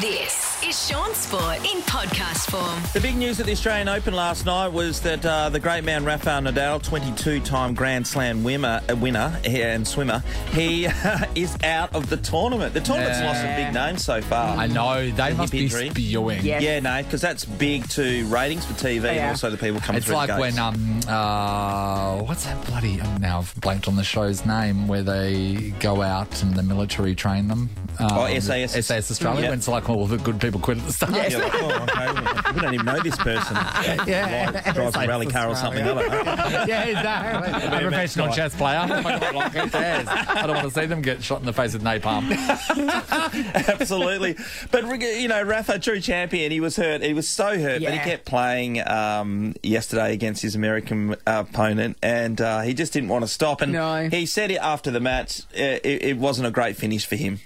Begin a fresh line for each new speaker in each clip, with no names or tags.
This is Sean Sport in podcast form.
The big news at the Australian Open last night was that uh, the great man Rafael Nadal, 22-time Grand Slam winner, uh, winner and swimmer, he uh, is out of the tournament. The tournament's
Yeah.
lost some big names so far.
I know they must be
injury.
spewing.
Yeah.
Yeah, no, because that's big to ratings for TV and
Yeah.
also the people coming
It's
through the
like
gates.
when um uh what's that bloody um, now I've blanked on the show's name where they go out and the military train them. Um,
Oh, SAS.
SAS Australia.
Yeah.
When it's like all the good people quit at the start.
You're like, oh, okay, we don't even know this person.
Yeah.
Like, drives a rally car or something. "Oh, I don't know.
yeah, exactly. I'm a professional chess player. Who cares? I don't want to see them get shot in the face with napalm.
Absolutely. But, reg- you know, Rafa, true champion, he was hurt. He was so hurt, but he
Yeah.
kept playing um, yesterday against his American uh, opponent, and uh, he just didn't want to stop. And
No.
he said it after the match, uh, it, it wasn't a great finish for him.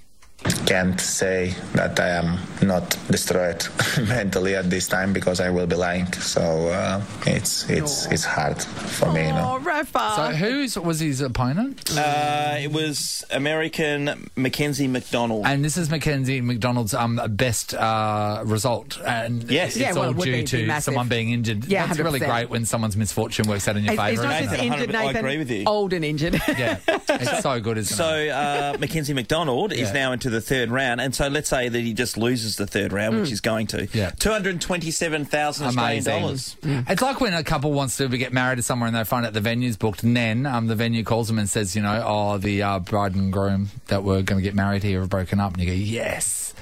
can't say that I am not destroyed mentally at this time because I will be lying. So uh, it's it's it's hard for me. You know?
Oh, Rafa.
So who's was his opponent?
Uh, it was American Mackenzie McDonald.
And this is Mackenzie McDonald's um, best uh, result, and
Yes.
it's
Yeah,
well,
all
it would
due
be- be
to
massive.
someone being injured.
Yeah,
that's really
100%.
great when someone's misfortune works out in your
It's- it's
favour.
not
isn't
just
it?
Nathan,
injured,
100% I
Nathan.
agree with you.
Old and injured.
yeah, it's so good, isn't
So
it?
uh, Mackenzie McDonald is
Yeah.
now into the third round, and so let's say that he just loses the third round,
Mm.
which he's going to.
Yeah.
two hundred twenty-seven thousand Australian
Amazing. Mm.
dollars.
It's like when a couple wants to get married to somewhere and they find out the venue's booked, and then um, the venue calls them and says, you know, oh, the uh, bride and groom that were going to get married here have broken up, and you go, yes.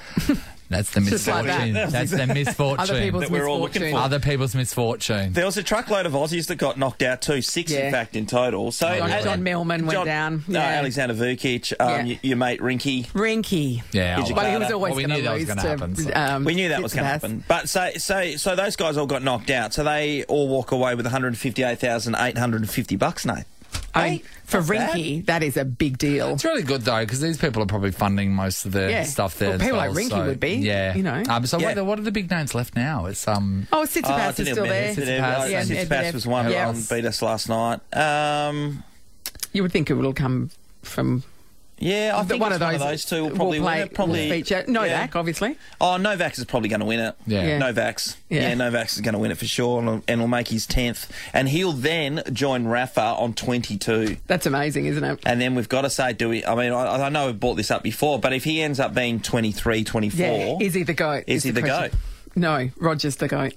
That's the
Just like
misfortune.
that.
That's the misfortune.
Other people's
That we're all looking
misfortune.
for.
Other people's misfortune.
There was a truckload of Aussies that got knocked out too, six in
Yeah.
fact in total. So
John-
and-
John
Millman went down.
No,
Yeah.
Alexander Vukic, um,
Yeah.
y- your mate Rinky.
Rinky.
Yeah,
Did you
But he
Uh,
was
well,
always
we
going
knew
to
that was
lose
gonna happen, so-
to. um,
We knew that was going to
Tsitsipas.
happen, but so so so those guys all got knocked out. So they all walk away with one hundred fifty-eight thousand eight hundred fifty bucks, Nate.
I mean,
Hey,
for
not bad.
Rinky, that is a big deal.
It's really good though because these people are probably funding most of the
Yeah.
stuff there.
Well, people
as well,
like Rinky
so-
would be,
yeah.
you know.
Um, so
Yeah.
what, are, what are the big names left now? It's um.
Oh, Sitsipas
Oh,
is still there.
Tsitsipas. Tsitsipas.
Yeah, and
Tsitsipas
Medvedev.
was one
Yeah.
um, beat us last night. Um,
You would think it would all come from
Yeah, I
the-
think
one,
it's
of those
one of those two will
will
probably
play-
win it. Probably
will feature. No,
yeah.
Dak, obviously.
Oh, Novak's is probably going to win it.
Yeah. Yeah.
Novak's. Yeah.
Yeah.
Novak's is going to win it for sure, and, and will make his tenth, and he'll then join Rafa on twenty-two.
That's amazing, isn't it?
And then we've got to say, do we? I mean, I, I know we've brought this up before, but if he ends up being 23, 24,
Yeah. Is he the goat?
Is he the
question. No, Roger's the goat.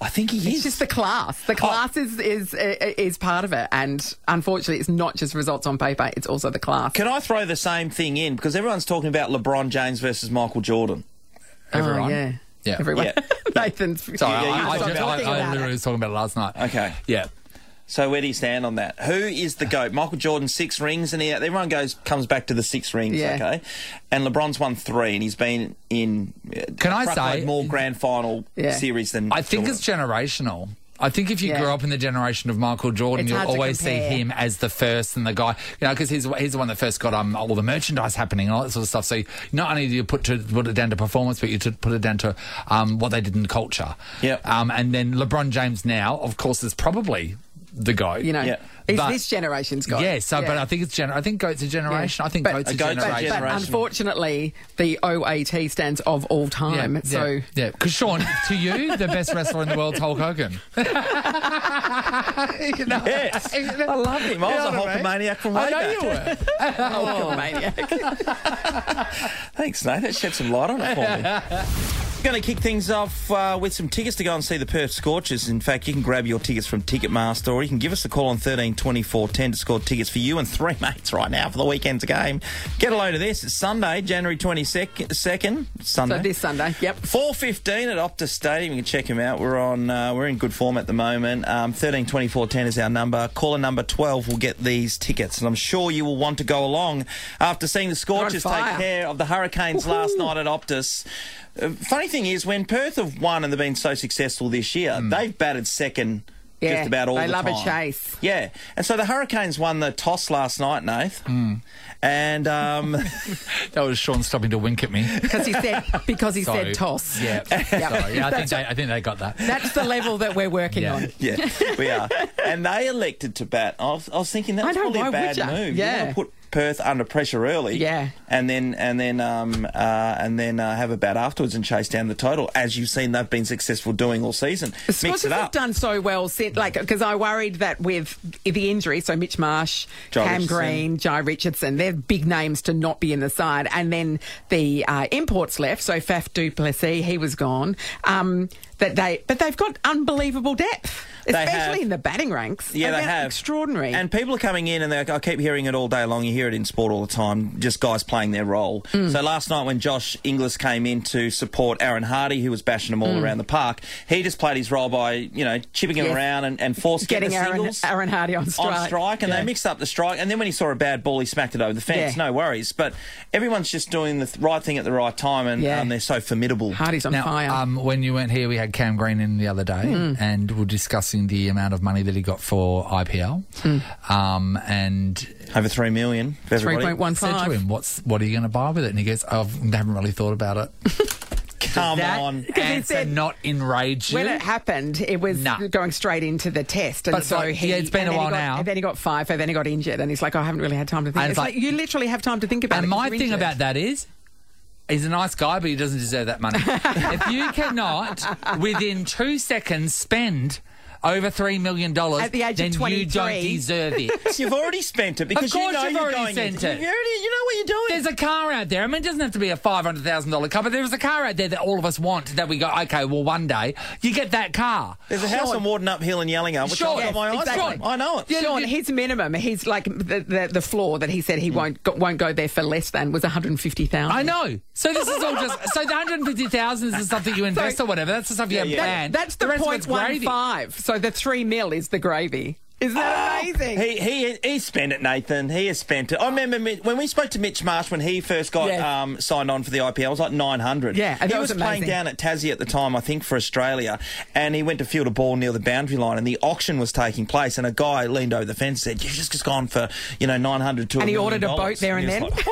I think he
It's
is.
just the class.
Oh.
The class is is is is part of it, and unfortunately, it's not just results on paper. It's also the class.
Can I throw the same thing in because everyone's talking about LeBron James versus Michael Jordan?
everyone.
Oh, yeah.
Yeah.
Everyone.
Yeah.
Nathan's.
Sorry,
Yeah, you
I, I,
talked
just,
about
I,
it.
I literally was talking about it last night.
Okay.
Yeah.
So where do you stand on that? Who is the goat? Michael Jordan six rings, and he, everyone goes comes back to the six rings.
Yeah.
Okay, and LeBron's won three, and he's been in. uh,
Can I
truckload
say-
more grand final
Yeah.
series than
I think
Jordan.
it's generational. I think if you
Yeah.
grew up in the generation of Michael Jordan,
It's
you'll
hard to
always see
compare.
him as the first and the guy, you know, because he's, he's the one that first got um, all the merchandise happening and all that sort of stuff. So you, not only do you put, to, put it down to performance, but you to put it down to um, what they did in culture.
Yep.
Um, and then LeBron James now, of course, is probably the guy.
You know,
Yeah.
he's
But-
this generation's goat.
Yeah, so, but I think it's gener- I think goats are generation.
Yeah.
I think
But-
goats
A
are
goat's a
generation.
But
generational.
unfortunately, the OAT stands of all time. so
yeah, yeah, because Sean, to you, the best wrestler in the world, Hulk Hogan. You know?
Yes. I love him. I was a Hulkamaniac from way
I know
back.
you were.
oh, maniac.
Thanks, Nate. That shed some light on it for me. Going to kick things off uh, with some tickets to go and see the Perth Scorchers. In fact, you can grab your tickets from Ticketmaster or you can give us a call on 13 24 10 to score tickets for you and three mates right now for the weekend's game. Get a load of this. It's Sunday, January 22nd. Sunday.
so this Sunday. Yep.
4.15 at Optus Stadium. You can check him out. We're on. Uh, we're in good form at the moment. Um, 13 24 10 is our number. Caller number 12 will get these tickets. And I'm sure you will want to go along after seeing the Scorchers take
fire.
care of the Hurricanes last night at Optus. Uh, funny thing is, when Perth have won and they've been so successful this year, they've batted second
Hmm. Yeah,
just about all
they
the
love
time.
a chase.
Yeah. And so the Hurricanes won the toss last night, Nath.
Hmm.
And. Um,
That was Sean stopping to wink at me.
Because he said because he
Sorry.
said toss.
Yeah, sorry. Yeah, I think they, I think they got that.
That's the level that we're working
Yeah.
on.
Yeah, we are. And they elected to bat. I was, I was thinking
I
that's
know,
probably a
why would
bad
ya?
move. You
Yeah.
want to put Perth under pressure early,
Yeah.
and then and then um, uh, and then uh, have a bat afterwards and chase down the total, as you've seen they've been successful doing all season.
The
Mix
Scots
it
have
up.
done so well since, like, because I worried that with the injury, so Mitch Marsh,
Jai
Cam
Richardson.
Green, Jai Richardson, they're big names to not be in the side. And then the uh, imports left, so Faf du Plessis, he was gone. Um, that they, but they've got unbelievable depth,
They
especially
have.
in the batting ranks.
Yeah,
Like,
they
that's
have
extraordinary.
And people are coming in, and they I keep hearing it all day long. You hear it in sport all the time. Just guys playing their role.
Mm.
So last night when Josh Inglis came in to support Aaron Hardy, who was bashing them all around the park, he just played his role by you know chipping him
Mm. Yes.
around and, and forced
getting
the
Aaron,
singles.
Aaron Hardy on strike.
on strike, and they mixed up the strike. And then when he saw a bad ball, he smacked it over the fence.
Yeah.
No worries. But everyone's just doing the th- right thing at the right time, and
Yeah.
um, they're so formidable.
Hardy's on fire.
uh,
Hmm.
Um, when you weren't here, we had Cam Green in the other day, and we are discussing the amount of money that he got for IPL.
Hmm.
Um, and
Over three million. for everybody.
3.1.
I said to him, "What's what are you going to buy with it?" And he goes, "I've- "I haven't really thought about it."
Come
That-
on.
Because he
Answer
said-
not enrage
When
you.
it happened, it was
Nah.
going straight into the test, and
But it's
so
like,
he.
yeah, it's been
and
a
then he
while
got-
now.
And then he got five, and then he got injured, and he's like, I haven't really had time to think.
And it's
It's, like,
like-
you literally have time to think about it.
And my
'cause you're
thing
injured.
about that is, he's a nice guy, but he doesn't deserve that money. if you cannot, within two seconds, spend over three million dollars,
At the age of
then you
23.
don't deserve it.
You've already spent it because you
course
know
you've
you're
already
going
spent
into-
it.
You, already, you know what you're doing.
There's a car out there. I mean, it doesn't have to be a five hundred thousand dollar car, but there is a car out there that all of us want. That we go, okay, well, one day you get that car.
There's a house on Warden Uphill in Yellingham, which
Sure.
I've got my eyes
Yes, exactly.
on. I know it.
Yeah,
Sean,
you-
his minimum, he's like the, the, the floor that he said he won't go, won't go there for less than was one hundred and fifty thousand.
I Mm. know. So this is all just so the hundred and fifty thousand is something you invest
So-
or whatever. That's the stuff you have
yeah.
planned.
That's the,
rest of
point
it's
one
gravy. Ah,
five. So the three mil is the gravy. Isn't that amazing?
He, he he spent it, Nathan. He has spent it. I remember Mi- when we spoke to Mitch Marsh when he first got
Yes.
um, signed on for the IPL. It was like nine hundred.
Yeah, and
he
that was
was, playing
amazing.
down at Tassie at the time, I think, for Australia, and he went to field a ball near the boundary line, and the auction was taking place, and a guy leaned over the fence and said, "You've just gone for you know nine hundred to."
And he
million
ordered a boat
dollars."
there and
he was
then.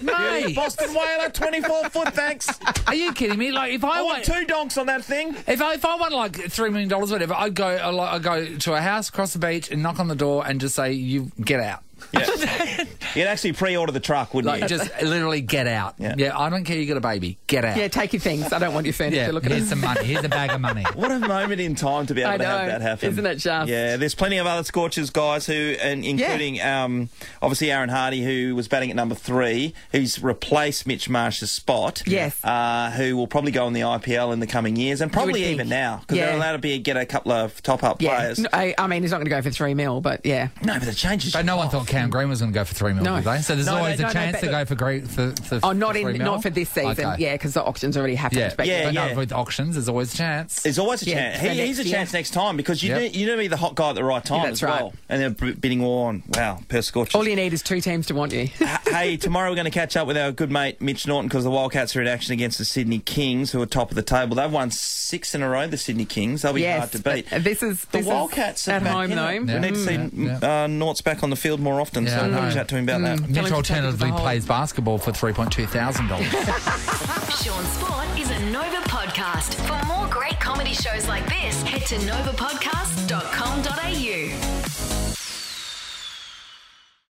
Like, oh,
Mate.
Boston whaler, twenty four foot. Thanks.
Are you kidding me? Like if I,
I
went.
want two donks on that thing.
If I, if I won like three million dollars, whatever, I'd go. I'd like- I'd go to a house across the beach and knock on the door and just say, "You get out."
Yeah. You'd actually pre-order the truck, wouldn't
Like
you?
just literally get out.
Yeah.
Yeah. I don't care. You got a baby. Get out.
Yeah, take your things. I don't want your furniture.
Yeah,
Look at
here's
it.
some money. Here's a bag of money.
What a moment in time to be able
I
to have
know.
that happen,
Isn't it just?
Yeah, there's plenty of other scorchers guys who, and including um, obviously Aaron Hardy, who was batting at number three, who's replaced Mitch Marsh's spot.
Yes.
uh, who will probably go in the IPL in the coming years, and probably
think.
even now because they're
Yeah.
allowed to be get a couple of top up
Yeah,
players.
No, I, I mean, he's not going to go for three mil, but yeah.
No, but the changes.
But no one thought Cam Green was going to go for three million,
No.
did they? So there's
No,
always
no,
a
no, no,
chance
but-
to go for great. For, for,
Oh, not
for
in,
three mil?
not for this season.
Okay.
Yeah, because the auction's already happened.
Yeah,
but-
Yeah,
but
yeah.
no, with auctions, there's always a chance.
There's always a
Yeah,
chance.
for
He,
next
he's a
year.
chance next time because you
Yep.
need, you need to be the hot guy at the right time
that's
as well.
right.
And they're b- bidding war on. Wow, per scorcher.
All you need is two teams to want you.
H- hey, tomorrow we're going to catch up with our good mate Mitch Norton because the Wildcats are in action against the Sydney Kings, who are top of the table. They've won six in a row. The Sydney Kings. They'll be
Yes,
hard to beat.
but this is-
the
this is
Wildcats are
at
back
home,
in it.
though.
We need to see
Yeah,
Uh, Nort's back on the field more often.
Yeah,
so
I
we'll have a
know.
chat to him about that.
Tell him
Mitch
to take it to the
alternatively
hole.
plays basketball for three point two thousand dollars.
Sean Sport is a Nova podcast. For more great comedy shows like this, head to novapodcast.com.au.